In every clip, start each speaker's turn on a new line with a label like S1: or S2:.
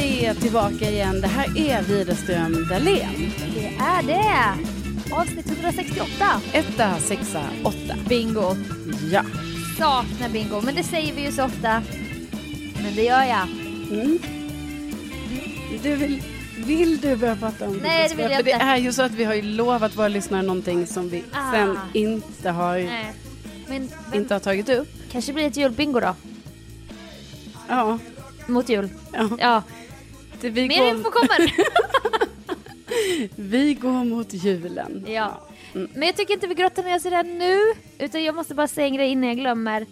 S1: Vi är tillbaka igen. Det här är Widerström Dahlén.
S2: Det är det! Avsnitt 168.
S1: Etta, sexa, åtta.
S2: Bingo.
S1: Ja.
S2: Saknar bingo, men det säger vi ju så ofta. Men det gör jag.
S1: Mm. Du vill, vill du börja prata om
S2: Nej, det vill jag
S1: För Det
S2: inte.
S1: är ju så att vi har ju lovat våra lyssnare någonting som vi
S2: Ah.
S1: sen inte har,
S2: Nej. Men, men
S1: inte har tagit upp.
S2: kanske blir det ett julbingo då.
S1: Ja.
S2: Mot jul.
S1: ja.
S2: Ja,
S1: Det, vi,
S2: mer
S1: går,
S2: info kommer.
S1: vi går mot julen.
S2: ja. Men jag tycker inte vi grottar ner oss i det här nu. Utan jag måste bara säga en grej innan jag glömmer.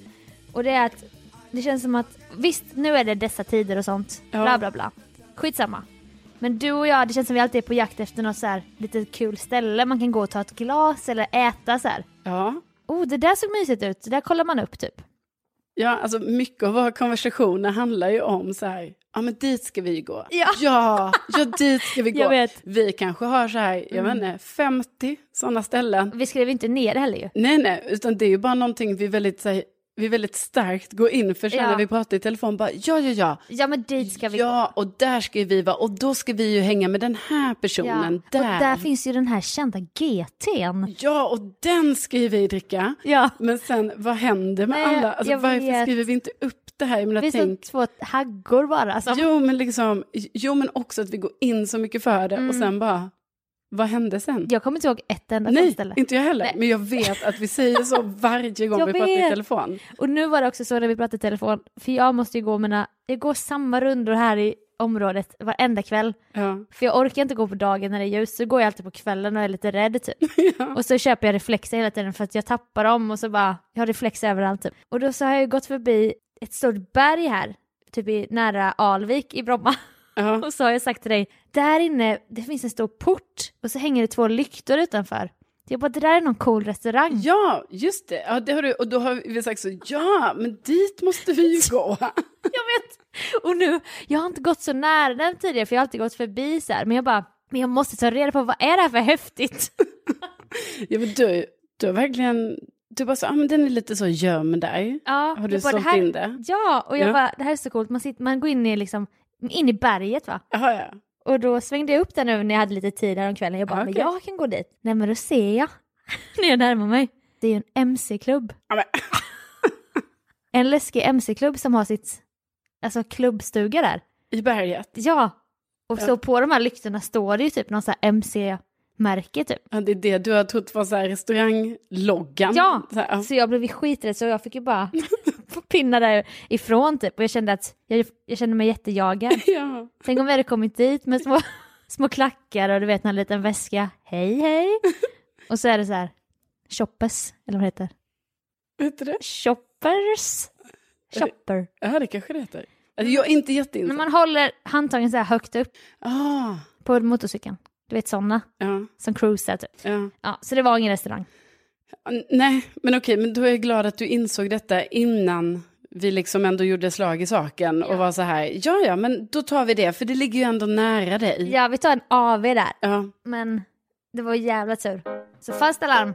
S2: Och det är att det känns som att visst, nu är det dessa tider och sånt.
S1: Ja.
S2: Bla bla bla. Skitsamma. Men du och jag, det känns som vi alltid är på jakt efter något så här lite kul ställe man kan gå och ta ett glas eller äta så här.
S1: Ja.
S2: Oh, det där såg mysigt ut. Det där kollar man upp typ.
S1: Ja, alltså mycket av våra konversationer handlar ju om så här, ja men dit ska vi ju gå.
S2: Ja.
S1: ja, ja, dit ska vi gå.
S2: Jag vet. Mm.
S1: Vi kanske har så här, jag vet inte, 50 sådana ställen.
S2: Vi skrev inte ner det heller ju.
S1: Nej, nej, utan det är ju bara någonting vi väldigt, så här, vi väldigt starkt går in för sen
S2: Ja.
S1: när vi pratar i telefon, bara ja, ja, ja.
S2: Ja men dit ska vi gå.
S1: Ja, och där ska ju vi vara och då ska vi ju hänga med den här personen
S2: Och
S1: där.
S2: där finns ju den här kända GTn.
S1: Ja, och den ska ju vi dricka.
S2: Ja.
S1: Men sen, vad händer med
S2: Nej,
S1: alla? Alltså,
S2: jag
S1: varför
S2: vet.
S1: skriver vi inte upp det här? Jag
S2: Det
S1: menar,
S2: finns
S1: tänk,
S2: som två haggor bara. alltså. Som...
S1: Jo men, liksom, jo, men också att vi går in så mycket för det och sen bara, vad hände sen?
S2: Mm. Jag kommer inte ihåg ett enda sånt
S1: Nej,
S2: ställe.
S1: inte jag heller.
S2: Nej.
S1: Men jag vet att vi säger så varje gång
S2: Jag
S1: vi pratar i
S2: vet.
S1: telefon.
S2: Och nu var det också så när vi pratade i telefon, för jag måste ju gå mina, jag går samma rundor här i området varenda kväll.
S1: Ja.
S2: För jag orkar inte gå på dagen när det är ljust, så går jag alltid på kvällen och är lite rädd typ. Och så köper jag reflexer hela tiden för att jag tappar dem och så bara, jag har reflexer överallt typ. Och då så har jag ju gått förbi ett stort berg här, typ i, nära Alvik i Bromma.
S1: Ja.
S2: Och så har jag sagt till dig, där inne det finns en stor port och så hänger det två lyktor utanför. Jag bara, det där är någon cool restaurang.
S1: ja, just det. Ja, det har du, och då har vi sagt så, ja, men dit måste vi ju gå.
S2: Jag vet! Och nu, jag har inte gått så nära den tidigare för jag har alltid gått förbi så här. Men jag bara, men jag måste ta reda på vad är det här för häftigt?
S1: Ja, men du, du har verkligen, du bara så, ah, men den är lite så gömd där.
S2: Ja,
S1: Har du
S2: jag bara,
S1: sålt
S2: här,
S1: in det?
S2: Ja, och jag
S1: Ja.
S2: bara, det här är så coolt, man, sitter, man går in i, liksom, in i berget va?
S1: Jaha, ja.
S2: Och då svängde jag upp den nu när jag hade lite tid här om kvällen. Jag bara,
S1: Ja,
S2: men
S1: Ah, okej.
S2: jag kan gå dit. Nej men då ser jag, när jag närmar mig, det är ju en mc-klubb.
S1: Ja, men,
S2: En läskig mc-klubb som har sitt, alltså klubbstuga där.
S1: I berget.
S2: Ja, och
S1: Ja.
S2: så på de här lyktorna står det ju typ någon sån här mc-märke typ.
S1: Ja, det är det du har trott var så här restaurangloggan.
S2: Ja,
S1: Så här,
S2: så jag blev ju skiträdd så jag fick ju bara pinna därifrån typ och jag kände att jag, jag kände mig jättejagad.
S1: ja.
S2: Tänk om vi hade kommit dit med små, små klackar och du vet en liten väska, hej hej. Och så är det så här, shoppers, eller vad det heter
S1: Vet du det?
S2: Shoppers? Shopper.
S1: Ja, det kanske det heter. Alltså, jag är inte
S2: När
S1: jätteinsatt.
S2: man håller handtagen så här högt upp
S1: Ah,
S2: på motorcykeln. Du vet sådana
S1: ja,
S2: som cruisar typ.
S1: ja.
S2: Ja, så det var ingen restaurang.
S1: N- Nej, men okej, men då är jag glad att du insåg detta innan vi liksom ändå gjorde slag i saken och var så här, ja, ja, men då tar vi det, för det ligger ju ändå nära dig.
S2: Ja, vi tar en AV där.
S1: Ja.
S2: Men det var jävla tur. Så fast alarm.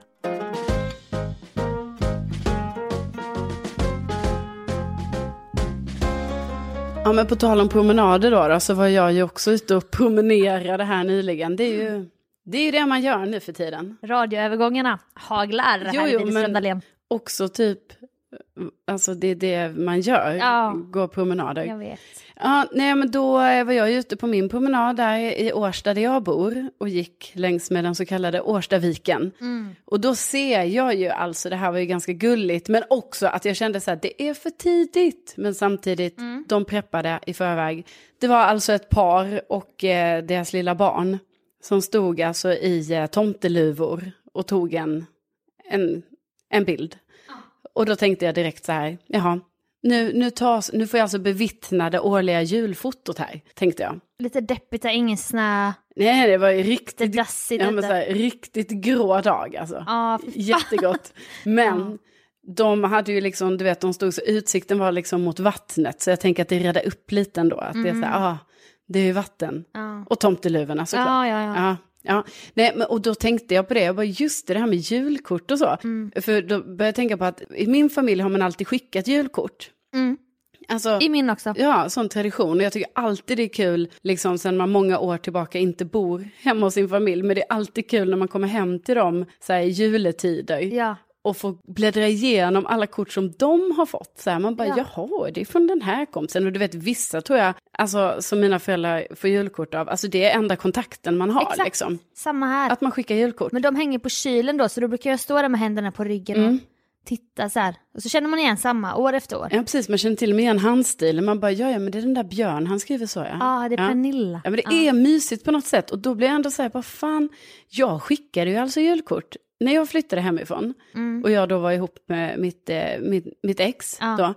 S1: Ja, men på tal om promenader då, då, så var jag ju också ute och promenerade här nyligen. Det är
S2: Mm.
S1: ju det, är ju det man gör nu för tiden.
S2: Radioövergångarna haglar
S1: Jo,
S2: här
S1: jo,
S2: i Widerström
S1: men-
S2: Dahlén.
S1: Också typ, alltså det är det man gör,
S2: Ja.
S1: går promenader.
S2: Jag vet.
S1: Ja, nej, men då eh, var jag ju ute på min promenad där i Årsta där jag bor och gick längs med den så kallade Årstaviken. Och då ser jag ju alltså, det här var ju ganska gulligt, men också att jag kände så här, det är för tidigt. Men samtidigt, de preppade i förväg. Det var alltså ett par och eh, deras lilla barn Som stod alltså i eh, tomteluvor och tog en, en, en bild. Och då tänkte jag direkt så här, jaha, nu, nu, tas, nu får jag alltså bevittna det årliga julfotot här, tänkte jag.
S2: Lite deppigt, där, ingen snö,
S1: Nej, det var ju
S2: lite
S1: riktigt,
S2: dassigt.
S1: ja, men
S2: lite.
S1: så här, riktigt grå dag alltså.
S2: Ja, fy fan.
S1: Jättegott. Men de hade ju liksom, du vet, de stod så, utsikten var liksom mot vattnet. Så jag tänker att det räddar upp lite ändå. Att det är så här, ah, det är ju vatten.
S2: Mm. Ja.
S1: Och tomteluvorna såklart.
S2: Ja, ja, ja.
S1: ja. ja. Nej, men, och då tänkte jag på det, jag bara just det, det här med julkort och så.
S2: Mm.
S1: För då började jag tänka på att i min familj har man alltid skickat julkort.
S2: Mm.
S1: Alltså,
S2: I min också.
S1: Ja, sån tradition. Och jag tycker alltid det är kul, liksom sen man många år tillbaka inte bor hemma hos sin familj, men det är alltid kul när man kommer hem till dem så här, i juletider
S2: Ja.
S1: och får bläddra igenom alla kort som de har fått. Så här, man bara,
S2: Ja.
S1: jaha, det är från den här kompisen. Och du vet, vissa tror jag, alltså som mina föräldrar får julkort av, alltså det är enda kontakten man har
S2: Exakt,
S1: liksom.
S2: samma här.
S1: Att man skickar julkort.
S2: Men de hänger på kylen då, så då brukar jag stå där med händerna på ryggen och titta så här. Och så känner man igen samma år efter år. Ja,
S1: Mm. Ja, precis, man känner till och med igen handstilen. Man bara, ja, ja, men det är den där Björn, han skriver så, ja.
S2: ah, det är Pernilla.
S1: Ja, men det är mysigt på något sätt. Och då blir jag ändå så här, vad fan, jag skickade ju alltså julkort när jag flyttade hemifrån och jag då var ihop med mitt, eh, mitt, mitt ex,
S2: Mm. Ja.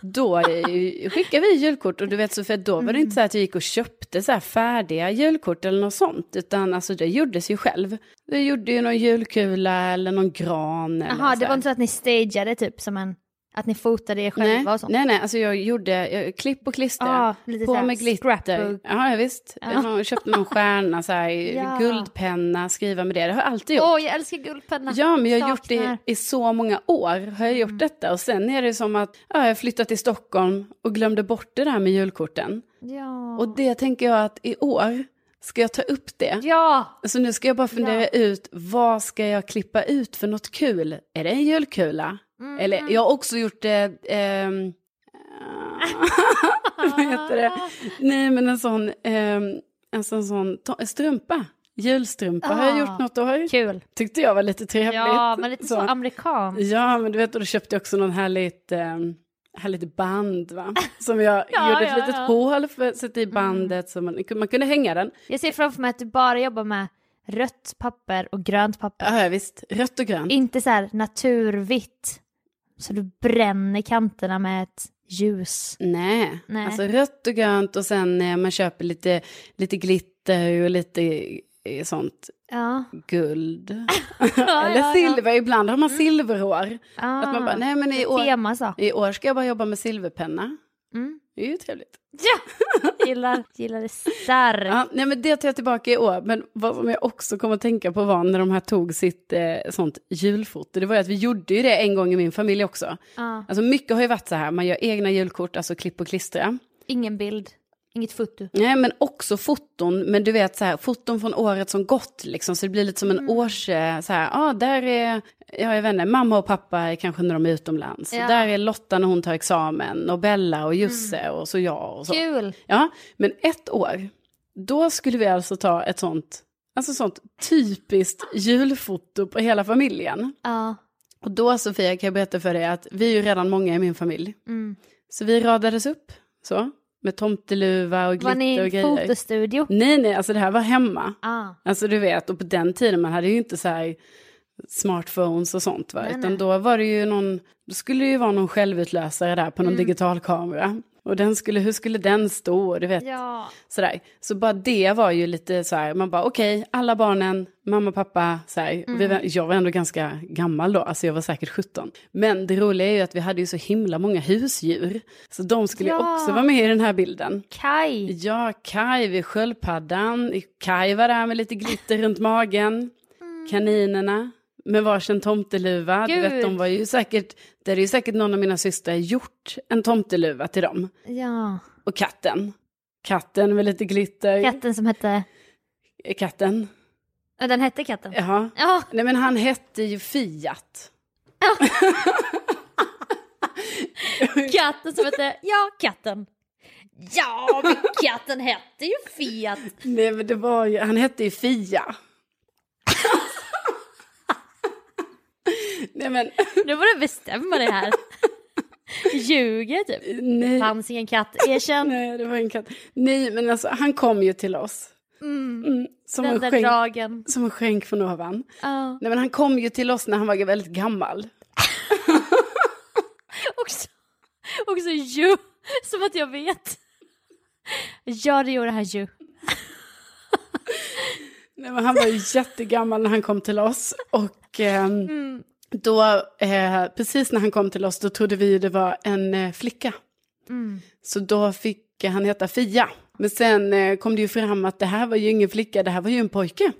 S1: då, då eh, skickade vi julkort. Och du vet, så för då
S2: Mm.
S1: var det inte så här att jag gick och köpte så här färdiga julkort eller något sånt, utan alltså det gjordes ju själv. Jag gjorde ju någon julkula eller någon gran. Eller
S2: Jaha,
S1: så
S2: det
S1: här.
S2: var inte så att ni stageade typ som en, att ni fotade er själva
S1: Nej,
S2: och sånt?
S1: nej, nej, alltså jag gjorde jag, klipp och klister.
S2: Ah, lite så
S1: på
S2: här
S1: med glitter.
S2: scrapbook.
S1: Ja, ja, visst.
S2: Ja.
S1: Jag köpte någon stjärna, så här,
S2: Ja.
S1: guldpenna, skriva med det. Det har jag alltid gjort.
S2: Åh, jag älskar guldpenna.
S1: Ja, men jag har gjort
S2: Saknar. Mm.
S1: det i så många år. Har jag gjort detta. Och sen är det som att ja, jag flyttat till Stockholm och glömde bort det där med julkorten.
S2: Ja.
S1: Och det tänker jag att i år ska jag ta upp det.
S2: ja.
S1: Så nu ska jag bara fundera
S2: Ja.
S1: ut, vad ska jag klippa ut för något kul? Är det en julkula? Eller,
S2: Mm.
S1: jag har också gjort det... ehm, vad heter det? Nej, men en sån, ehm, en sån, sån to- strumpa. Julstrumpa har jag gjort något år.
S2: Ah. Kul.
S1: Tyckte jag var lite trevligt.
S2: Ja, men lite så, amerikan.
S1: Ja, men du vet, och då köpte jag också någon härligt, eh, härligt band, va? Som jag
S2: Ja,
S1: gjorde ett
S2: ja,
S1: litet
S2: ja. Mm.
S1: hål för att sätta i bandet, så man, man kunde hänga den.
S2: Jag ser framför mig att du bara jobbar med rött papper och grönt papper.
S1: Ja, ja, visst. Rött och grönt.
S2: Inte så här naturvitt. Så du bränner kanterna med ett ljus.
S1: Nej.
S2: Nej.
S1: alltså rött och grönt och sen eh, man köper lite, lite glitter och lite eh, sånt
S2: Ja.
S1: guld.
S2: ja,
S1: Eller
S2: ja. Mm.
S1: silver, ibland har man silverhår.
S2: Ah.
S1: Att man bara, nej men i år,
S2: Tema så.
S1: i år ska jag bara jobba med silverpenna.
S2: Mm.
S1: Det är ju trevligt.
S2: Ja! Gillar, gillar det starkt.
S1: Ja, nej men det tar jag tillbaka i år. Men vad som jag också kom att tänka på var när de här tog sitt eh, sånt julfoto. Det var ju att vi gjorde ju det en gång i min familj också.
S2: Ja.
S1: Alltså mycket har ju varit så här, man gör egna julkort, alltså klipp och klistra.
S2: Ingen bild. Inget foto.
S1: Nej, men också foton, men du vet så här, foton från året som gått liksom, så det blir lite som en
S2: Mm.
S1: års, eh, så här, ah, där är, ja, jag vet inte, mamma och pappa är kanske när de är utomlands,
S2: Ja. Mm.
S1: och där är Lotta när hon tar examen, och Bella och Jussi och så jag och så.
S2: Kul!
S1: Ja, men ett år, då skulle vi alltså ta ett sånt, alltså sånt typiskt julfoto på hela familjen.
S2: Ja.
S1: Och då Sofia kan jag berätta för dig att vi är ju redan många i min familj.
S2: Mm.
S1: Så vi radades upp så, med tomteluva och
S2: Var ni
S1: glitter och
S2: i
S1: grejer.
S2: fotostudio?
S1: Nej, nej, alltså det här var hemma.
S2: Ja.
S1: Alltså du vet, och på den tiden man hade ju inte så här smartphones och sånt va,
S2: Nej,
S1: utan
S2: nej.
S1: då var det ju någon, då skulle det ju vara någon självutlösare där på någon
S2: Mm.
S1: digital kamera. Och den skulle, hur skulle den stå, du vet,
S2: Ja.
S1: sådär. Så bara det var ju lite så här, man bara okej, alla barnen, mamma, pappa, så här. Och Vi
S2: Mm.
S1: var, jag var ändå ganska gammal då, alltså jag var säkert 17. Men det roliga är ju att vi hade ju så himla många husdjur, så de skulle ju
S2: Ja.
S1: också vara med i den här bilden.
S2: Kaj.
S1: Ja, Kaj vid sköldpaddan. Kaj var där med lite glitter runt magen. Kaninerna med varsin tomteluva. Du vet,
S2: Gud.
S1: de var ju säkert, det är ju säkert någon av mina systrar gjort en tomteluva till dem.
S2: Ja.
S1: Och katten. Katten med lite glitter.
S2: Katten som hette...
S1: Katten.
S2: Ja, den hette katten?
S1: Jaha.
S2: Ja.
S1: Nej men han hette ju Fiat.
S2: Katten som hette... Ja, katten. Ja, men katten hette ju Fiat.
S1: Nej men det var ju, han hette ju Fia. Nej men,
S2: Nu får du bestämma det här. Ljuger typ.
S1: nej.
S2: Fanns ingen katt, erkänn.
S1: Nej, det var en katt. Nej, men alltså han kom ju till oss. Mm. Som
S2: den
S1: en
S2: där
S1: skänk-
S2: dragen.
S1: Som en skänk från ovan.
S2: Ja.
S1: Nej, men han kom ju till oss när han var väldigt gammal.
S2: Också, också ju, som att jag vet. Ja, det gjorde han ju.
S1: Nej, men han var ju jättegammal när han kom till oss. Och ehm, då, eh, precis när han kom till oss, då trodde vi ju det var en eh, flicka. Så då fick eh, han heta Fia. Men sen eh, kom det ju fram att det här var ju ingen flicka, det här var ju en pojke.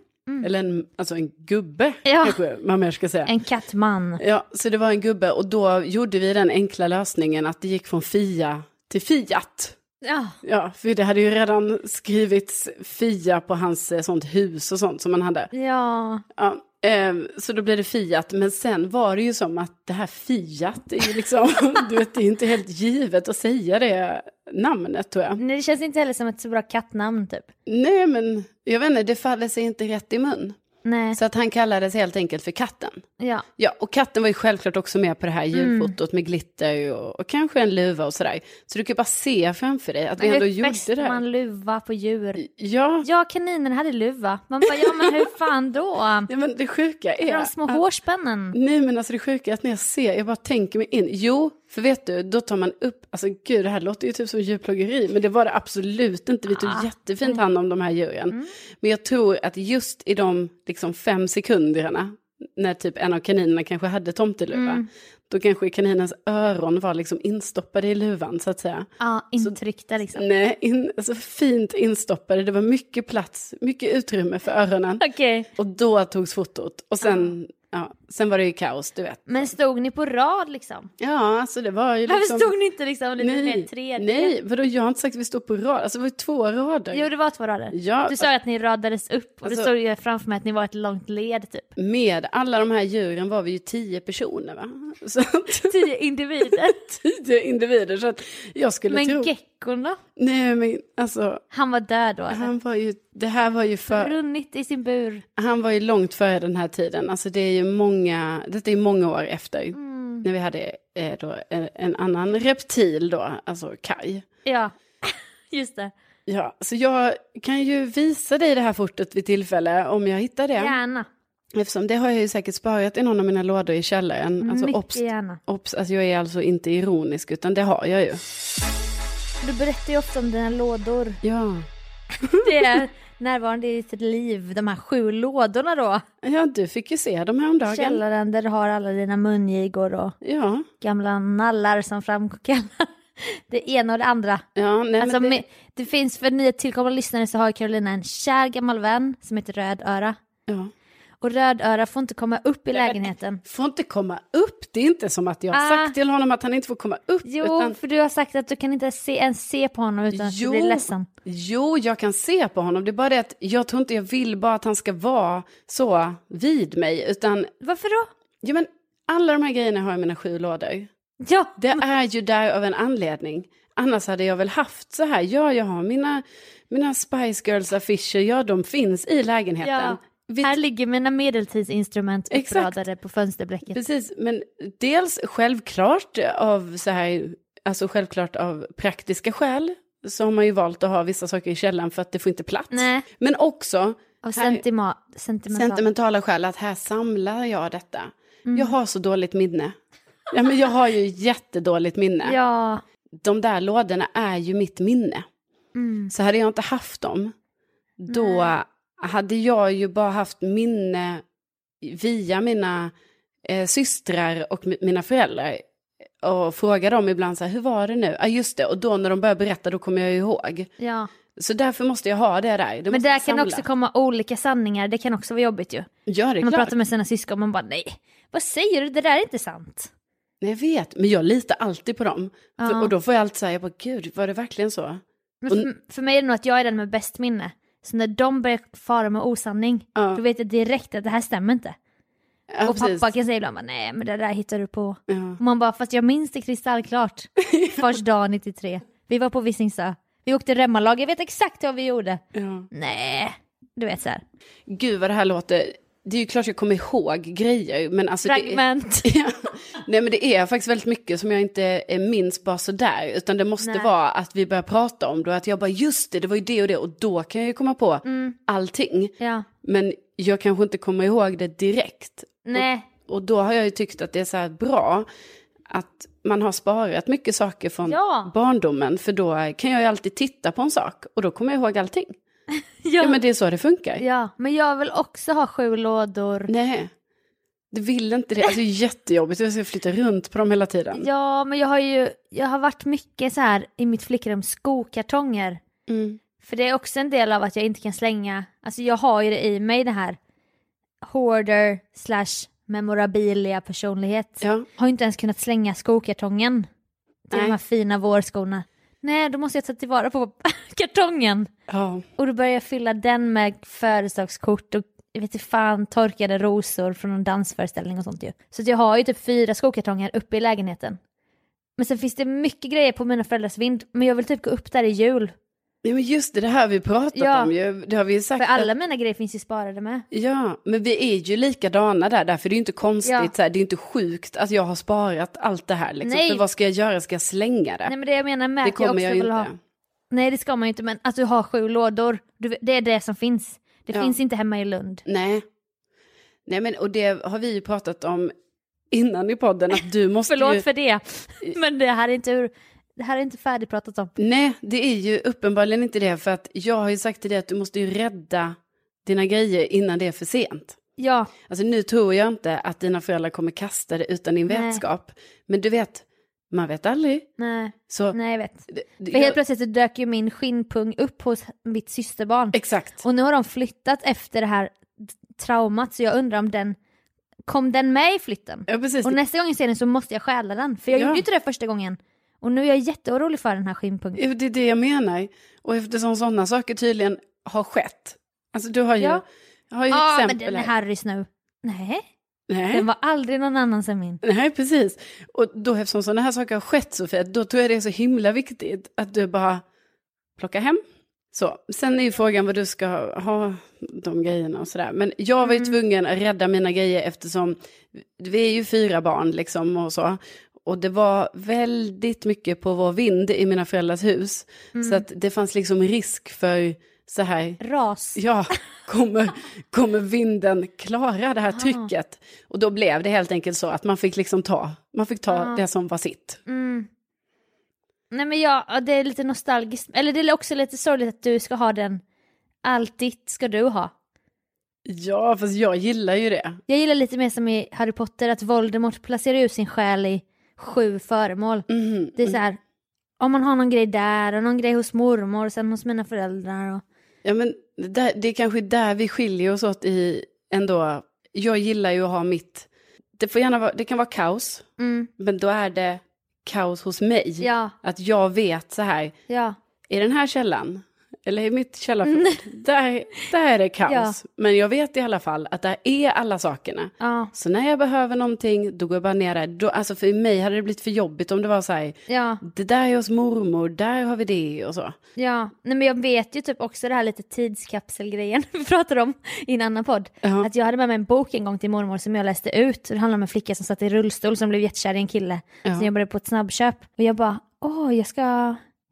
S1: Eller en, alltså en gubbe,
S2: Ja.
S1: kanske man mer ska säga.
S2: En kattman.
S1: Ja, så det var en gubbe och då gjorde vi den enkla lösningen att det gick från Fia till Fiat.
S2: Ja.
S1: Ja, för det hade ju redan skrivits Fia på hans eh, sånt hus och sånt som han hade.
S2: Ja.
S1: Ja, ehm, så då blev det Fiat, men sen var det ju som att det här Fiat är ju liksom, du vet, det är inte helt givet att säga det namnet tror jag.
S2: Nej, det känns inte heller som ett så bra kattnamn typ.
S1: Nej, men jag vet inte, det faller sig inte rätt i mun.
S2: Nej.
S1: Så att han kallades helt enkelt för katten.
S2: Ja.
S1: Ja, och katten var ju självklart också med på det här julfotot med glitter och, och kanske en luva och sådär. Så du kan bara se framför dig att vi ändå gjorde
S2: bäst
S1: det här.
S2: man luva på djur.
S1: Ja,
S2: Ja, kaninen hade luva. Man bara, ja men hur fan då?
S1: ja, men det sjuka är...
S2: Med de små
S1: att-
S2: hårspännen.
S1: Nej men alltså det sjuka är att när jag ser, jag bara tänker mig in. Jo, för vet du, då tar man upp, alltså gud det här låter ju typ som djurplågeri, men det var det absolut inte. Vi tog jättefint hand om de här djuren. Men jag tror att just i de liksom fem sekunderna, när typ en av kaninerna kanske hade tomteluva, då kanske kaninens öron var liksom instoppade i luvan så att säga.
S2: Ja, intryckta liksom.
S1: Nej, in, alltså fint instoppade, det var mycket plats, mycket utrymme för öronen.
S2: Okej.
S1: Och då togs fotot. Och sen, ja, sen var det ju kaos, du vet.
S2: Men stod ni på rad liksom?
S1: Ja, alltså det var ju
S2: Varför
S1: liksom...
S2: stod ni inte liksom lite mer
S1: Nej,
S2: tredje?
S1: nej, vadå jag har inte sagt att vi stod på rad, alltså det var ju två rader.
S2: Jo, det var två rader.
S1: Ja.
S2: Du sa ju att ni radades upp och det
S1: Alltså-
S2: stod ju framför mig att ni var ett långt led typ.
S1: Med alla de här djuren var vi ju tio personer va? Så att,
S2: Tio individer.
S1: tio individer, så att jag skulle tro...
S2: men geckon då?
S1: Nej men alltså,
S2: Han var där då eller?
S1: han var ju, det här var ju för...
S2: Runnit i sin bur.
S1: Han var ju långt före den här tiden, alltså det är ju många, detta är ju många år efter.
S2: Mm.
S1: När vi hade eh, då, en, en annan reptil då, alltså Kaj.
S2: Ja, just det.
S1: Ja, så jag kan ju visa dig det här fotot vid tillfälle om jag hittar det.
S2: Gärna.
S1: Eftersom det har jag ju säkert sparat i någon av mina lådor i källaren. Alltså,
S2: Mycket
S1: obs,
S2: gärna.
S1: obs, alltså jag är alltså inte ironisk, utan det har jag ju.
S2: Du berättar ju ofta om dina lådor.
S1: Ja,
S2: Det är närvarande i ditt liv, de här sju lådorna då.
S1: ja du fick ju se dem häromdagen.
S2: Källaren där du har alla dina mungigor och
S1: Ja,
S2: gamla nallar som framkallar det ena och det andra.
S1: ja nej,
S2: Alltså,
S1: men det,
S2: med, det finns för nya tillkommande lyssnare så har Carolina en kär gammal vän som heter Rödöra.
S1: ja.
S2: Och Rödöra får inte komma upp i lägenheten.
S1: Får inte komma upp, det är inte som att jag har
S2: Ah.
S1: sagt till honom att han inte får komma upp.
S2: Jo,
S1: utan,
S2: för du har sagt att du kan inte se, ens se på honom utan att du
S1: Jo.
S2: blir ledsen.
S1: jo, jag kan se på honom, det är bara det att jag tror inte jag vill bara att han ska vara så vid mig, utan
S2: Varför då?
S1: ja, men, alla de här grejerna har jag i mina sju lådor.
S2: Ja,
S1: Det är ju där av en anledning. Annars hade jag väl haft så här, ja jag har mina, mina Spice Girls-affischer, ja de finns i lägenheten.
S2: ja.
S1: Vi-
S2: här ligger mina medeltidsinstrument
S1: Exakt.
S2: uppradade på fönsterblecket.
S1: Precis, men dels självklart av så här, alltså självklart av praktiska skäl så har man ju valt att ha vissa saker i källaren för att det får inte plats.
S2: Nej.
S1: Men också
S2: Av
S1: här-
S2: sentima, sentimental.
S1: sentimentala skäl, att här samlar jag detta.
S2: Mm.
S1: Jag har så dåligt minne. Ja, men jag har ju jättedåligt minne.
S2: Ja,
S1: de där lådorna är ju mitt minne.
S2: mm,
S1: Så hade jag inte haft dem, då hade jag ju bara haft minne via mina eh, systrar och mi- mina föräldrar. eh, Och fråga dem ibland så här, hur var det nu? Ja ah, just det, och då när de börjar berätta då kommer jag ju ihåg.
S2: ja.
S1: Så därför måste jag ha det där. Det
S2: Men
S1: måste
S2: där
S1: jag
S2: kan
S1: samla.
S2: också komma olika sanningar, det kan också vara jobbigt ju.
S1: Ja, det
S2: När
S1: är
S2: man
S1: klart.
S2: pratar med sina syskon, man bara nej, vad säger du, det där är inte sant.
S1: Nej, jag vet, men jag litar alltid på dem.
S2: Ja.
S1: För, och då får jag alltid säga, jag bara, gud, var det verkligen så?
S2: Men för, för mig är det nog att jag är den med bäst minne. Så när de börjar fara med osanning,
S1: Ja.
S2: då vet jag direkt att det här stämmer inte.
S1: Ja,
S2: och
S1: precis.
S2: pappa kan säga ibland bara, nej men det där hittar du på.
S1: Ja.
S2: Och man bara, fast jag minns det kristallklart. Fars dag 93. Vi var på Visingsö. Vi åkte remmalag, jag vet exakt vad vi gjorde.
S1: Ja.
S2: Nej, du vet så här.
S1: Gud vad det här låter. Det är ju klart jag kommer ihåg grejer, men alltså det är,
S2: Fragment.
S1: ja, Nej men det är faktiskt väldigt mycket som jag inte eh, minns bara sådär. Utan det måste
S2: Nej.
S1: vara att vi börjar prata om det och att jag bara just det, det var ju det och det. Och då kan jag ju komma på
S2: Mm.
S1: allting.
S2: Ja.
S1: Men jag kanske inte kommer ihåg det direkt.
S2: Nej.
S1: Och då har jag ju tyckt att det är så här bra att man har sparat mycket saker från
S2: Ja.
S1: barndomen. För då kan jag ju alltid titta på en sak och då kommer jag ihåg allting. Ja, men det är så det funkar.
S2: ja, men jag vill också ha sju lådor.
S1: Nej, du vill inte det. Alltså, det är jättejobbigt, jag ska flytta runt på dem hela tiden.
S2: Ja, men jag har ju jag har varit mycket så här i mitt flickrum skokartonger.
S1: Mm.
S2: För det är också en del av att jag inte kan slänga, alltså jag har ju det i mig det här hoarder slash memorabilia personlighet.
S1: Ja.
S2: Har ju inte ens kunnat slänga skokartongen till
S1: Nej.
S2: de här fina vårskorna. Nej, då måste jag ta tillvara på kartongen.
S1: ja.
S2: Och då började jag fylla den med födelsedagskort och jag vet inte fan torkade rosor från någon dansföreställning och sånt ju. Så att jag har ju typ fyra skokartonger uppe i lägenheten. Men sen finns det mycket grejer på mina föräldrars vind, men jag vill typ gå upp där i jul.
S1: Nej, men just det, det här har vi pratat
S2: Ja.
S1: om ju. Det har vi ju sagt.
S2: För alla
S1: Att,
S2: mina grejer finns ju sparade med.
S1: ja, men vi är ju likadana där, därför det är ju inte konstigt,
S2: Ja.
S1: så här, det är ju inte sjukt att jag har sparat allt det här. Liksom.
S2: Nej.
S1: För vad ska jag göra, ska jag slänga det?
S2: Nej men det jag menar med
S1: det
S2: att jag
S1: kommer
S2: också
S1: jag ju
S2: vill
S1: inte.
S2: ha... Nej det ska man ju inte men att du har sju lådor, du, det är det som finns. Det
S1: Ja.
S2: finns inte hemma i Lund.
S1: Nej. Nej, men och det har vi ju pratat om innan i podden, att du måste
S2: Förlåt
S1: ju...
S2: för det, men det här är inte, ur, det här är inte färdigpratat om.
S1: Nej, det är ju uppenbarligen inte det, för att jag har ju sagt till dig att du måste ju rädda dina grejer innan det är för sent.
S2: Ja,
S1: Alltså nu tror jag inte att dina föräldrar kommer kasta det utan din
S2: Nej.
S1: vetskap, men du vet, man vet aldrig.
S2: nej,
S1: Så
S2: nej jag vet.
S1: det- det-
S2: För helt
S1: jag-
S2: plötsligt så dök ju min skinnpung upp hos mitt systerbarn.
S1: Exakt.
S2: Och nu har de flyttat efter det här t- traumat så jag undrar om den, kom den med i flytten?
S1: Ja, precis.
S2: Och nästa gång jag ser den så måste jag stjäla den, för jag
S1: Ja.
S2: gjorde ju inte det första gången. Och nu är jag jätteorolig för den här skinnpungen.
S1: Jo, Det är det jag menar. Och eftersom sådana saker tydligen har skett. Alltså du har ju,
S2: Ja.
S1: jag har ju
S2: Ja men
S1: exempel Äh?
S2: den är
S1: här.
S2: Harrys nu. Nej,
S1: Nej.
S2: den var aldrig någon annans än min.
S1: Nej, precis. Och då eftersom sådana här saker har skett Sofia, då tror jag det är så himla viktigt att du bara plockar hem. Så, sen är ju frågan vad du ska ha de grejerna och sådär. Men jag var ju tvungen att rädda mina grejer eftersom vi är ju fyra barn liksom och så. Och det var väldigt mycket på vår vind i mina föräldrars hus. Så att det fanns liksom risk för så här
S2: Ras.
S1: Ja, kommer, kommer vinden klara det här
S2: Ah.
S1: trycket? Och då blev det helt enkelt så att man fick liksom ta, man fick ta
S2: Ah.
S1: det som var sitt.
S2: Mm. Nej men ja, ja, det är lite nostalgiskt, eller det är också lite sorgligt att du ska ha den, allt ditt ska du ha.
S1: Ja, fast jag gillar ju det.
S2: Jag gillar lite mer som i Harry Potter att Voldemort placerar ut sin själ i sju föremål.
S1: Mhm.
S2: Det är så här, om man har någon grej där och någon grej hos mormor och sen hos mina föräldrar. Och...
S1: Ja, men det, där, det är kanske där vi skiljer oss åt i ändå. Jag gillar ju att ha mitt, det, får gärna vara, det kan vara kaos,
S2: Mm.
S1: men då är det kaos hos mig.
S2: Ja,
S1: Att jag vet så här,
S2: ja,
S1: i den här källan, eller i mitt källarförråd, där, där är det kaos. Men jag vet i alla fall att där är alla sakerna.
S2: ja,
S1: Så när jag behöver någonting, då går jag bara ner där. Då, alltså för mig hade det blivit för jobbigt om det var så här,
S2: ja,
S1: det där är hos mormor, där har vi det och så.
S2: ja. Nej men jag vet ju typ också det här lite tidskapselgrejen vi pratade om i en annan podd.
S1: Ja.
S2: Att jag hade med mig en bok en gång till mormor som jag läste ut. Det handlade om en flicka som satt i rullstol som blev jättekär i en kille.
S1: Ja.
S2: Som jobbade på ett snabbköp. Och jag bara, åh jag ska,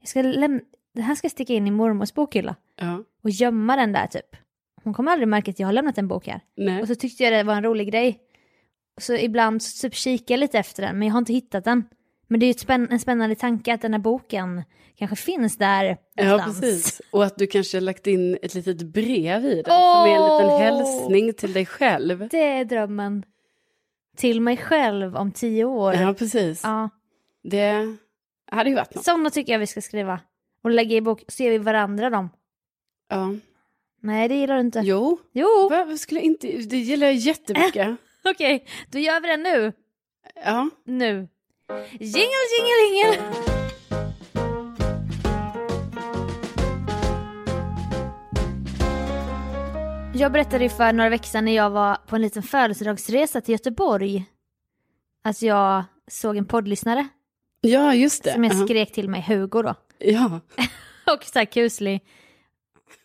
S2: jag ska lämna, det här ska jag sticka in i mormors bokhylla.
S1: Ja,
S2: och gömma den där typ. Hon kommer aldrig märka att jag har lämnat en bok här.
S1: nej.
S2: Och så tyckte jag det var en rolig grej. Så ibland så typ kikar jag lite efter den men jag har inte hittat den. Men det är ju ett spänn- en spännande tanke att den här boken kanske finns där
S1: ja,
S2: någonstans.
S1: precis. Och att du kanske har lagt in ett litet brev i den,
S2: Åh!
S1: som är en liten hälsning till dig själv.
S2: Det är drömmen. Till mig själv om tio år.
S1: Ja, precis.
S2: Ja.
S1: Det hade ju varit något.
S2: Sådana tycker jag vi ska skriva. Och lägga i bok, så ger vi varandra dem.
S1: Ja.
S2: Nej det gillar du inte.
S1: Jo,
S2: Jo,
S1: Va, vad skulle jag inte, det gillar jag jättemycket.
S2: okej. Då gör vi det nu.
S1: Ja.
S2: Nu. Jingle, jingle, jingle. Jag berättade ju för några veckor sedan när jag var på en liten födelsedagsresa till Göteborg att jag såg en poddlyssnare
S1: ja, just det.
S2: som jag
S1: Ja.
S2: skrek till mig, Hugo då.
S1: Ja.
S2: Och så här kuslig.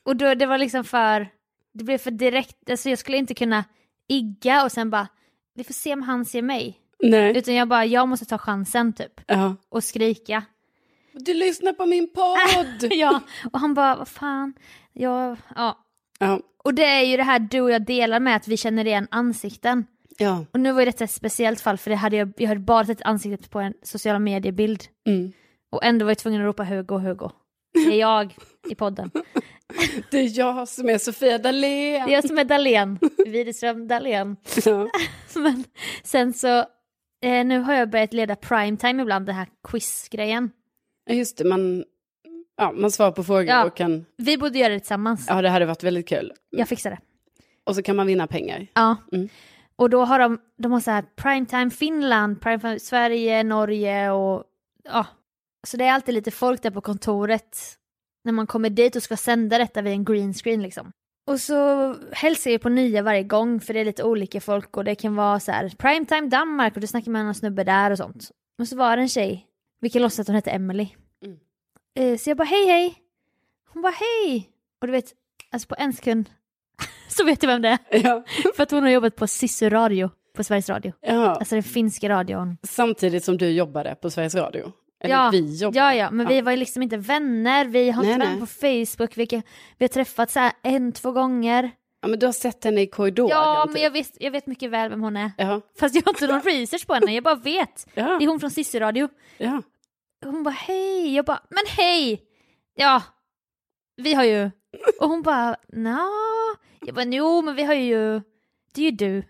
S2: Och då, det var liksom för, det blev för direkt, alltså jag skulle inte kunna igga och sen bara, vi får se om han ser mig.
S1: Nej.
S2: Utan jag bara, jag måste ta chansen typ.
S1: Ja.
S2: Och skrika.
S1: Du lyssnar på min podd!
S2: ja. Och han bara, vad fan. Jag, ja.
S1: ja.
S2: Och det är ju det här du och jag delar med, att vi känner igen ansikten.
S1: Ja.
S2: Och nu var ju detta ett speciellt fall för det hade jag, jag hade bara sett ansiktet på en sociala mediebild.
S1: Mm.
S2: Och ändå var jag tvungen att ropa Hugo, Hugo. Det är jag i podden.
S1: Det är jag som är Sofia Dalén.
S2: Det är jag som är Dahlén, Widerström Dahlén.
S1: Ja.
S2: Men sen så, eh, nu har jag börjat leda primetime ibland, den här quizgrejen.
S1: Ja, Just det, man, ja, man svarar på frågor
S2: Ja.
S1: och kan...
S2: Vi borde göra det tillsammans.
S1: Ja, det hade varit väldigt kul.
S2: Jag fixar det.
S1: Och så kan man vinna pengar.
S2: Ja.
S1: Mm.
S2: Och då har de, de har så här primetime Finland, primetime Sverige, Norge och ja. Så det är alltid lite folk där på kontoret när man kommer dit och ska sända detta vid en green screen liksom. Och så hälsar jag på nya varje gång för det är lite olika folk och det kan vara så här primetime Danmark och du snackar med någon snubbe där och sånt. Och så var det en tjej, vi kan låtsas att hon hette Emily.
S1: Mm.
S2: Eh, Så jag bara hej hej. Hon bara hej. Och du vet, alltså på en sekund så vet jag vem det är.
S1: Ja.
S2: För att hon har jobbat på Sisu Radio, på Sveriges Radio.
S1: Ja.
S2: Alltså den finska radion.
S1: Samtidigt som du jobbade på Sveriges Radio. Eller
S2: ja,
S1: vi jobbade.
S2: ja, ja, men vi var ju liksom inte vänner, vi har
S1: Nej,
S2: inte varandra på
S1: nej.
S2: Facebook, vi, vi har träffats så här en, två gånger.
S1: Ja, men du har sett henne i korridor.
S2: Ja,
S1: alltid.
S2: men jag vet, jag vet mycket väl vem hon är.
S1: Ja,
S2: Fast jag har inte någon research på henne, jag bara vet.
S1: Ja.
S2: Det är hon från Sisu Radio.
S1: ja.
S2: Hon bara hej, jag bara men hej! Ja, vi har ju... Och hon bara nja. Jag bara jo men vi har ju... Det är ju du.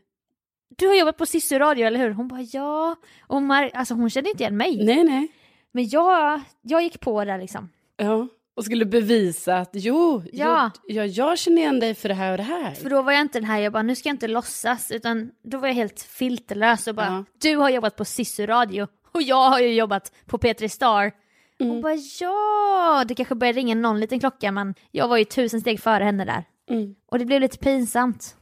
S2: Du har jobbat på Sisu Radio eller hur? Hon bara ja. Och hon, mär- alltså, hon kände inte igen mig.
S1: Nej, nej.
S2: Men jag, jag gick på det liksom.
S1: Ja. Och skulle bevisa att jo,
S2: Ja.
S1: jo ja, jag känner igen dig för det här och det här.
S2: För då var jag inte den här, jag bara nu ska jag inte låtsas. Utan då var jag helt filterlös och bara
S1: Ja.
S2: du har jobbat på Sisu Radio och jag har ju jobbat på P3 Star. Hon bara ja, det kanske började ringa någon liten klocka men jag var ju tusen steg före henne där.
S1: Mm.
S2: Och det blev lite pinsamt.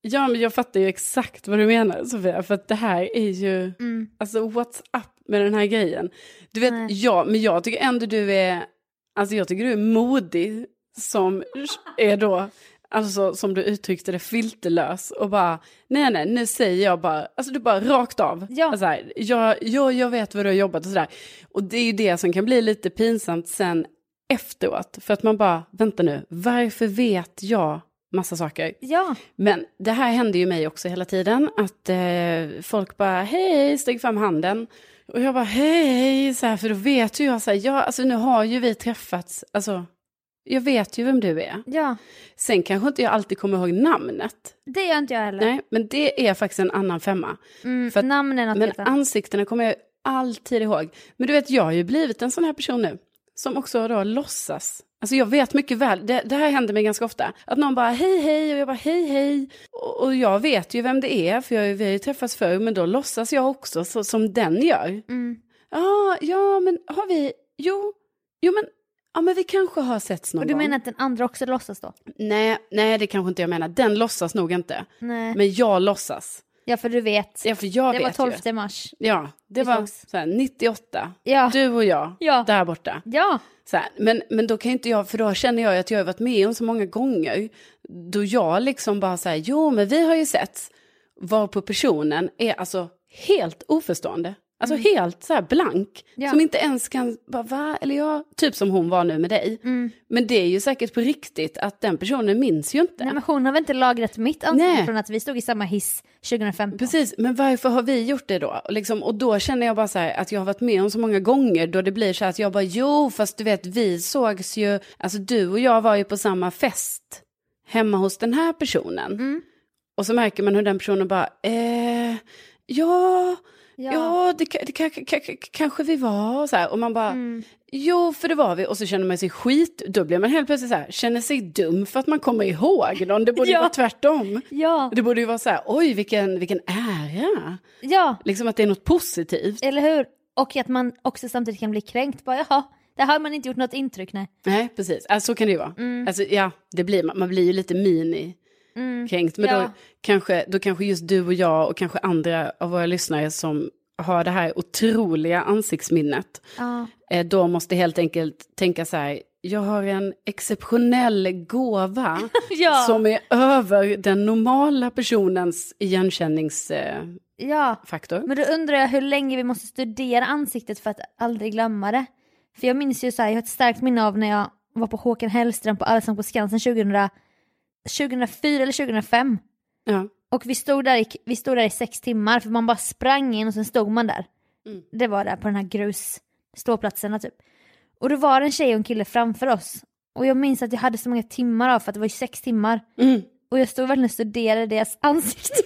S1: Ja, men jag fattar ju exakt vad du menar Sofia, för att det här är ju, alltså what's up med den här grejen. Du vet, ja, men jag tycker ändå du är, alltså jag tycker du är modig som är då, alltså som du uttryckte det, filterlös och bara, nej nej, nu säger jag bara, alltså du bara rakt av,
S2: Ja.
S1: alltså här, jag, jag, jag vet vad du har jobbat och sådär. Och det är ju det som kan bli lite pinsamt sen efteråt, för att man bara, vänta nu, varför vet jag massa saker?
S2: Ja,
S1: Men det här hände ju mig också hela tiden, att eh, folk bara hej, hej, sträck fram handen. Och jag bara hej, hej, så här, för då vet ju jag så här, ja, alltså nu har ju vi träffats, alltså jag vet ju vem du är.
S2: ja.
S1: Sen kanske inte jag alltid kommer ihåg namnet,
S2: Det gör inte jag heller.
S1: nej, men det är faktiskt en annan femma.
S2: Mm,
S1: för att-
S2: namnen att
S1: Men
S2: veta.
S1: ansiktena kommer jag alltid ihåg. Men du vet, jag har ju blivit en sån här person nu, som också då låtsas. Alltså jag vet mycket väl, det, det här händer mig ganska ofta, att någon bara hej hej och jag bara hej hej. Och, och jag vet ju vem det är, för jag, vi har ju träffats förr, men då låtsas jag också så, som den gör.
S2: Mm.
S1: Ja, ja, men har vi, jo, jo men, ja men vi kanske har setts någon
S2: Och du
S1: gång.
S2: menar att den andra också låtsas då?
S1: Nej, nej det kanske inte jag menar, den låtsas nog inte.
S2: Nej.
S1: Men jag låtsas.
S2: Ja, för du vet.
S1: Ja, för jag
S2: det
S1: vet
S2: var 12
S1: ju.
S2: mars.
S1: Ja, det
S2: Vi
S1: var
S2: slogs.
S1: så här, 98.
S2: Ja.
S1: Du och jag,
S2: Ja.
S1: där borta.
S2: Ja,
S1: Så här, men, men då kan inte jag, för då känner jag ju att jag har varit med om så många gånger, då jag liksom bara så här, jo men vi har ju sett var på personen är alltså helt oförstående. Alltså helt så här blank,
S2: Mm. Ja.
S1: som inte ens kan, bara, va? Eller ja, typ som hon var nu med dig.
S2: Mm.
S1: Men det är ju säkert på riktigt att den personen minns ju inte.
S2: Nej, men hon har väl inte lagrat mitt ansikte
S1: Nej.
S2: från att vi stod i samma hiss 2015?
S1: Precis, men varför har vi gjort det då? Och, liksom, och då känner jag bara så här att jag har varit med om så många gånger då det blir så här att jag bara jo, fast du vet vi sågs ju, alltså du och jag var ju på samma fest hemma hos den här personen. Och så märker man hur den personen bara, eh, ja,
S2: Ja.
S1: ja, det, ka- det ka- ka- ka- kanske vi var så här. Och man bara, jo för det var vi. Och så känner man sig skit, då blir man helt plötsligt så här, känner sig dum för att man kommer ihåg någon. Det borde
S2: Ja.
S1: ju vara tvärtom.
S2: Ja,
S1: Det borde ju vara så här, oj vilken, vilken ära.
S2: ja,
S1: Liksom att det är något positivt.
S2: eller hur? Och att man också samtidigt kan bli kränkt. Bara, jaha, där har man inte gjort något intryck, nej.
S1: Nej, precis. Alltså, så kan det ju vara.
S2: Mm.
S1: Alltså, ja, det blir, man man blir ju lite mini. Kränkt, men
S2: ja.
S1: då, kanske, då kanske just du och jag och kanske andra av våra lyssnare som har det här otroliga ansiktsminnet,
S2: Ja,
S1: eh, då måste helt enkelt tänka så här, jag har en exceptionell gåva
S2: Ja.
S1: som är över den normala personens igenkänningsfaktor.
S2: Ja, men då undrar jag hur länge vi måste studera ansiktet för att aldrig glömma det. För jag minns ju så här, jag har ett starkt minne av när jag var på Håkan Hellström på Allsång på Skansen 2000, 2004 eller 2005.
S1: Ja.
S2: Och vi stod, där i, vi stod där i sex timmar för man bara sprang in och sen stod man där. Det var där på den här grusståplatserna typ. Och då var det en tjej och en kille framför oss. Och jag minns att jag hade så många timmar av för att det var ju sex timmar. Och jag stod verkligen och studerade deras ansikten.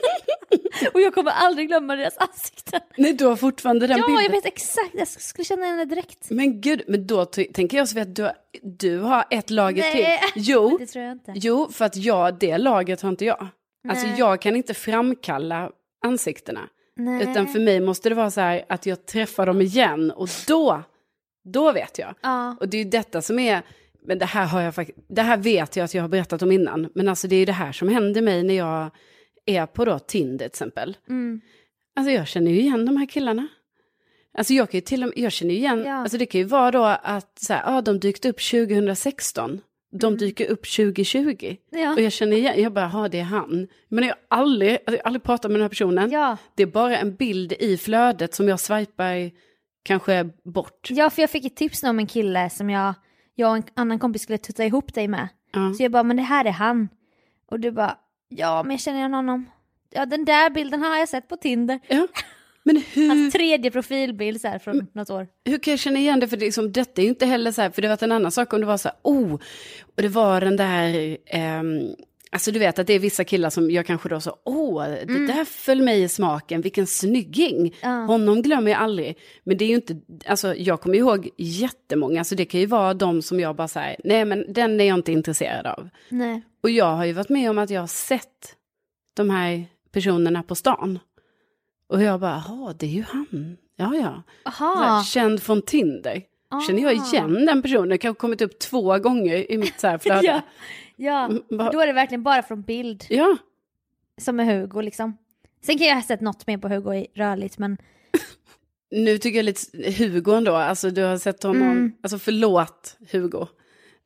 S2: och jag kommer aldrig glömma deras ansikten.
S1: Nej, du har fortfarande den
S2: Ja,
S1: bilden.
S2: jag vet exakt. Jag skulle känna henne direkt.
S1: Men gud, men då ty- tänker jag så att du, du har ett lager
S2: Nej,
S1: till. Jo,
S2: det tror jag inte.
S1: jo, för att jag, det lagret har inte jag. Alltså
S2: Nej.
S1: jag kan inte framkalla ansiktena.
S2: Nej.
S1: Utan för mig måste det vara så här att jag träffar dem igen och då, då vet jag.
S2: Ja.
S1: Och det är ju detta som är, men det här har jag faktiskt, det här vet jag att jag har berättat om innan, men alltså det är ju det här som händer mig när jag är på då Tinder till exempel.
S2: Mm.
S1: Alltså jag känner ju igen de här killarna. Alltså jag kan ju till och med, jag känner ju igen,
S2: Ja.
S1: alltså det kan ju vara då att så här, ah, de dykte upp 2016, de dyker upp 2020.
S2: Mm. Ja.
S1: Och jag känner igen, jag bara, ha det är han. Men jag har aldrig, alltså jag har aldrig pratat med den här personen.
S2: Ja.
S1: Det är bara en bild i flödet som jag swipar kanske bort.
S2: Ja, för jag fick ett tips nu om en kille som jag, jag och en annan kompis skulle tutta ihop dig med.
S1: Ja.
S2: Så jag bara, men det här är han. Och du bara, ja men jag känner igen honom. Ja den där bilden har jag sett på Tinder.
S1: Ja. Men hur,
S2: Hans tredje profilbild så här från
S1: Mm.
S2: något år.
S1: hur kan jag känna igen det? För det är liksom, detta är ju inte heller så här, för det var en annan sak om det var så här, oh, och det var den där, ehm, alltså du vet att det är vissa killar som jag kanske då sa, åh, det där föll mig i smaken, vilken snygging, honom glömmer jag aldrig. Men det är ju inte, alltså jag kommer ihåg jättemånga, alltså det kan ju vara de som jag bara säger, nej men den är jag inte intresserad av.
S2: Nej.
S1: Och jag har ju varit med om att jag har sett de här personerna på stan. Och jag bara, jaha, det är ju han. Ja, ja. Så här,
S2: Aha.
S1: känd från Tinder. Känner jag
S2: Ah.
S1: igen den personen? Det kanske kommit upp två gånger i mitt så här flöde.
S2: Ja.
S1: ja.
S2: ja.
S1: Mm, va-
S2: Då är det verkligen bara från bild
S1: ja.
S2: som är Hugo liksom. Sen kan jag ha sett något mer på Hugo i rörligt men
S1: Nu tycker jag lite Hugo ändå, alltså du har sett honom, alltså förlåt Hugo.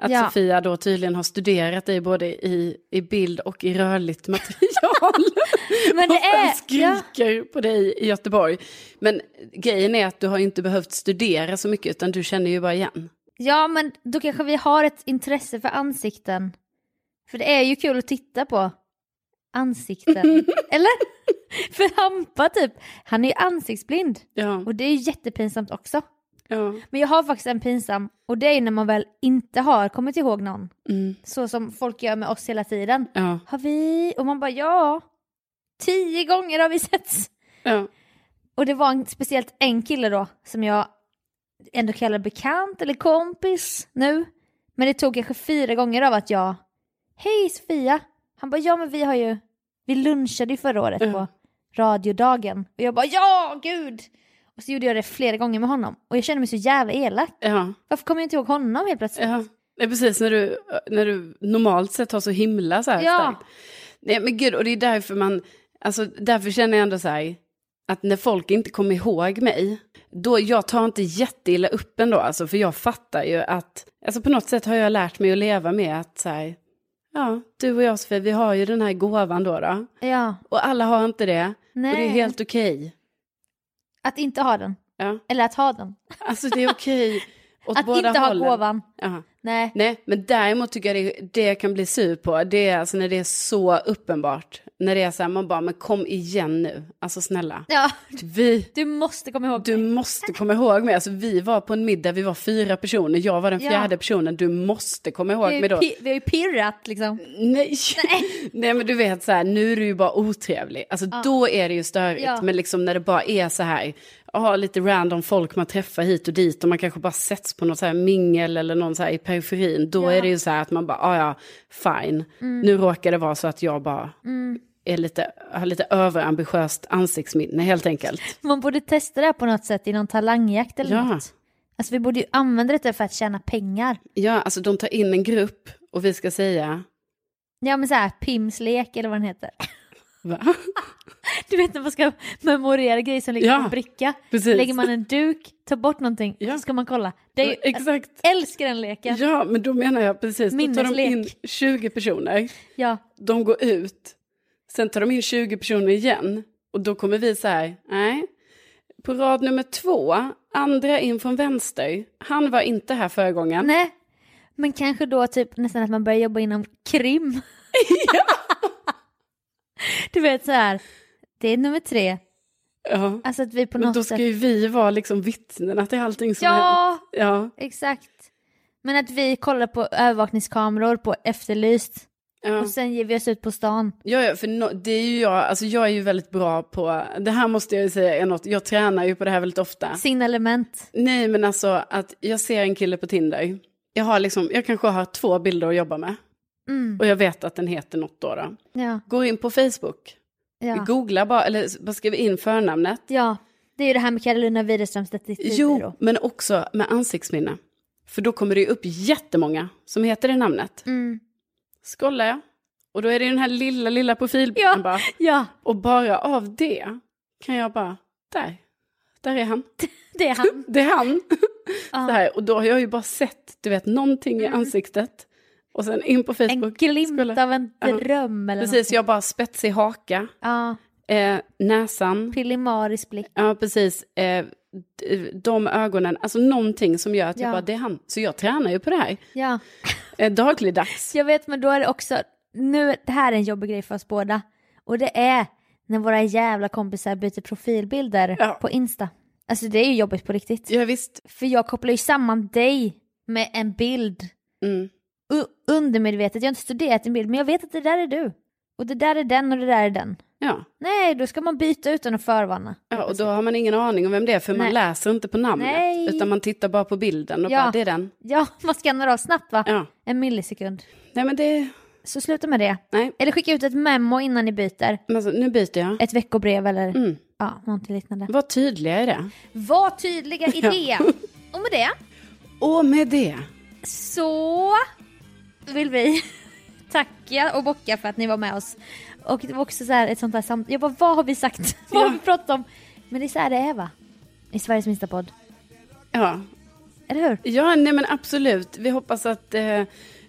S1: Att
S2: Mm. Ja.
S1: Sofia då tydligen har studerat dig både i, i bild och i rörligt material.
S2: Men
S1: och
S2: det är-
S1: sen skriker på dig i Göteborg. Men grejen är att du har ju inte behövt studera så mycket utan du känner ju bara igen.
S2: ja men då kanske vi har ett intresse för ansikten. För det är ju kul att titta på ansikten. Eller? För Hampa typ, han är ju ansiktsblind.
S1: Ja,
S2: Och det är ju jättepinsamt också.
S1: ja.
S2: Men jag har faktiskt en pinsam och det är ju när man väl inte har kommit ihåg någon.
S1: Mm.
S2: Så som folk gör med oss hela tiden.
S1: ja,
S2: Har vi? Och man bara ja. Tio gånger har vi setts.
S1: ja.
S2: Och det var en, speciellt en kille då som jag ändå kallar bekant eller kompis nu. Men det tog kanske fyra gånger av att jag Hej Sofia! Han bara ja men vi har ju Vi lunchade ju förra året på radiodagen. Och jag bara ja gud! Och så gjorde jag det flera gånger med honom. Och jag kände mig så jävla elak.
S1: ja.
S2: Varför kommer jag inte ihåg honom helt plötsligt?
S1: Ja, det är precis när du, när du normalt sett har så himla så här
S2: Ja.
S1: starkt. Nej men gud, och det är därför man, alltså därför känner jag ändå så här, att när folk inte kommer ihåg mig, då jag tar inte jätteilla upp ändå alltså, för jag fattar ju att, alltså på något sätt har jag lärt mig att leva med att så här, ja, du och jag Sofie, vi har ju den här gåvan då, då
S2: Ja,
S1: och alla har inte det, och det
S2: Nej.
S1: är helt okej.
S2: att inte ha den.
S1: Ja,
S2: Eller att ha den.
S1: alltså det är okej åt
S2: Att
S1: båda
S2: inte ha
S1: hållen.
S2: gåvan.
S1: Ja.
S2: Nej.
S1: Nej, men däremot tycker jag det, det jag kan bli sur på, det är alltså när det är så uppenbart. När det är så här, man bara, men kom igen nu, alltså snälla.
S2: Ja,
S1: Vi,
S2: du måste komma ihåg.
S1: du måste komma ihåg mig, alltså vi var på en middag, vi var fyra personer, jag var den
S2: Ja.
S1: fjärde personen, du måste komma ihåg
S2: vi, har
S1: mig
S2: ju
S1: då.
S2: pi- vi har ju pirrat liksom.
S1: Nej. Nej men du vet så här, nu är du ju bara otrevlig. Alltså då är det ju störigt.
S2: Ja.
S1: Men liksom när det bara är så här, ja lite random folk man träffar hit och dit och man kanske bara sätts på något så här mingel eller någon så här i periferin. Då är det ju så här att man bara, ja ja, fine.
S2: Mm.
S1: Nu råkar det vara så att jag bara är lite, har lite överambitiöst ansiktsminne helt enkelt.
S2: Man borde testa det här på något sätt i någon talangjakt eller
S1: Ja.
S2: något. Alltså vi borde ju använda det för att tjäna pengar.
S1: Ja, alltså de tar in en grupp och vi ska säga,
S2: Ja men så här, Pims lek eller vad den heter.
S1: va?
S2: Du vet när man ska memorera grejer som ligger
S1: Ja,
S2: på en bricka.
S1: precis.
S2: Lägger man en duk, tar bort någonting,
S1: Ja.
S2: så ska man kolla. Det är ju, alltså,
S1: Exakt.
S2: Jag älskar den leken. Ja.
S1: Ja, men då menar jag precis, då tar de
S2: Minneslek.
S1: in 20 personer,
S2: Ja.
S1: de går ut, sen tar de in 20 personer igen och då kommer vi så här, nej. På rad nummer två, andra in från vänster, han var inte här förra gången.
S2: Nej. Men kanske då typ nästan att man börjar jobba inom krim. du vet så här. det är nummer tre.
S1: Ja.
S2: Alltså att vi på
S1: Men
S2: något
S1: då ska
S2: sätt...
S1: ju vi vara liksom vittnena till allting som hänt.
S2: Ja,
S1: Ja,
S2: exakt. Men att vi kollar på övervakningskameror på Efterlyst
S1: ja.
S2: och sen ger vi oss ut på stan.
S1: Ja, ja, för nå- det är ju jag, alltså jag är ju väldigt bra på, det här måste jag ju säga är något, jag tränar ju på det här väldigt ofta.
S2: Signalement.
S1: Nej, men alltså att jag ser en kille på Tinder. Jag, har liksom, jag kanske har två bilder att jobba med.
S2: Mm.
S1: Och jag vet att den heter något då. då.
S2: Ja,
S1: Går in på Facebook.
S2: ja.
S1: Googlar bara, eller bara skriver in förnamnet.
S2: ja, det är ju det här med Carolina Widerströms
S1: Jo,
S2: detektivbyrå.
S1: men också med ansiktsminne. För då kommer det ju upp jättemånga som heter det namnet.
S2: Mm.
S1: Scrollar jag. Och då är det den här lilla, lilla profilbilden
S2: Ja.
S1: bara.
S2: Ja,
S1: Och bara av det kan jag bara, där, där är han.
S2: det är han.
S1: Det är han. Så
S2: Ja. Mm.
S1: här, och då har jag ju bara sett, du vet, någonting i ansiktet. Och sen in på
S2: En
S1: Facebook.
S2: glimt
S1: Skulle-
S2: av en
S1: Ja.
S2: dröm eller
S1: Precis,
S2: någonting.
S1: jag bara spetsig haka,
S2: Ja,
S1: eh, näsan,
S2: pillemarisk blick.
S1: ja precis, eh, d- de ögonen, alltså någonting som gör att jag
S2: Ja.
S1: bara, det är han. Så jag tränar ju på det här,
S2: Ja.
S1: eh, dagligdags.
S2: Jag vet men då är det också, nu, det här är en jobbig grej för oss båda. Och det är när våra jävla kompisar byter profilbilder
S1: Ja.
S2: på Insta. Alltså det är ju jobbigt på riktigt.
S1: Ja, visst,
S2: För jag kopplar ju samman dig med en bild.
S1: mm.
S2: U- undermedvetet, jag har inte studerat en bild men jag vet att det där är du. Och det där är den och det där är den.
S1: ja.
S2: Nej, då ska man byta utan att förvarna.
S1: ja, och då har man ingen aning om vem det är, för man
S2: Nej.
S1: läser inte på namnet,
S2: Nej.
S1: utan man tittar bara på bilden och
S2: Ja.
S1: bara, det är den.
S2: Ja, man skannar av snabbt va?
S1: Ja,
S2: En millisekund.
S1: nej men det,
S2: Så sluta med det.
S1: nej,
S2: Eller skicka ut ett memo innan ni byter.
S1: men alltså, nu byter jag.
S2: Ett veckobrev eller
S1: Mm.
S2: ja, någonting liknande.
S1: Var tydliga i det.
S2: Var tydliga i det. Och med det
S1: Och med det,
S2: så vill vi tacka och bocka för att ni var med oss. Och det var också så här ett sånt här samtal. Jag bara, vad har vi sagt? Vad har vi pratat om? Men det är så här det är va? I Sveriges minsta podd.
S1: ja.
S2: Eller hur?
S1: Ja, nej men absolut. Vi hoppas att eh,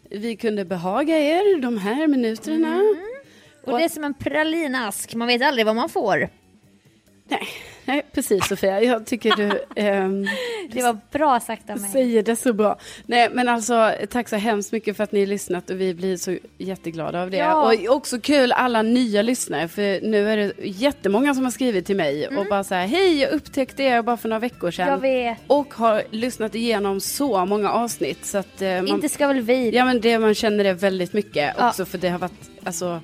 S1: vi kunde behaga er de här minuterna.
S2: Mm. Och det är som en pralinask, man vet aldrig vad man får.
S1: Nej, nej, precis Sofia. Jag tycker du ehm,
S2: Det var bra sagt av mig.
S1: säger det så bra. Nej, men alltså tack så hemskt mycket för att ni har lyssnat och vi blir så jätteglada av det.
S2: Ja.
S1: Och också kul alla nya lyssnare för nu är det jättemånga som har skrivit till mig och bara så här, hej, jag upptäckte er bara för några veckor sedan.
S2: Mm. Jag vet.
S1: Och har lyssnat igenom så många avsnitt så att eh, man...
S2: Inte ska väl vi?
S1: Ja men det, man känner det väldigt mycket
S2: Ja.
S1: också för det har varit, alltså,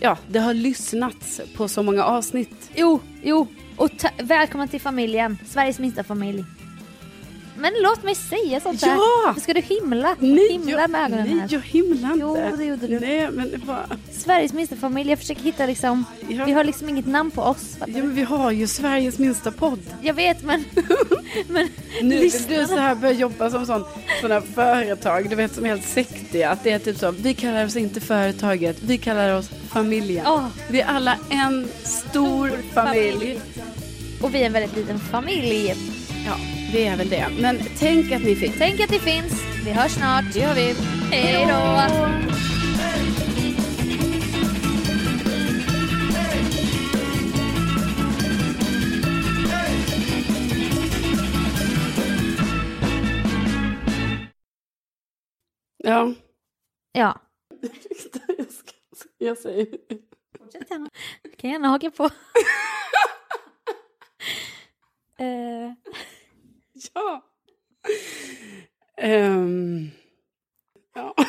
S1: ja det har lyssnats på så många avsnitt.
S2: Jo, jo. Och ta- välkomna till familjen, Sveriges minsta familj. Men låt mig säga sånt här.
S1: Ja!
S2: Ska du himla? himla med ögonen
S1: nej,
S2: här.
S1: jag himlar inte.
S2: Jo, det gjorde du.
S1: Nej men det var,
S2: Sveriges minsta familj, jag försöker hitta liksom,
S1: Ja.
S2: vi har liksom inget namn på oss.
S1: ja, men vi har ju Sveriges minsta podd.
S2: Jag vet men, men
S1: Nu vill
S2: lyssnarna-
S1: du så här börja jobba som sån, sådana företag, du vet som är helt sektiga. Att det är typ så, vi kallar oss inte företaget, vi kallar oss familjen.
S2: Ja.
S1: Vi är alla en stor familj.
S2: Och vi är en väldigt liten familj.
S1: Ja, vi är väl det. Men tänk att ni fick.
S2: Tänk att ni finns, vi hörs snart. Det gör vi. Hej då!
S1: Ja.
S2: Ja,
S1: Jag, ska, jag säger...
S2: kan gärna haka på. Eh,
S1: Ja. Ehm, ja.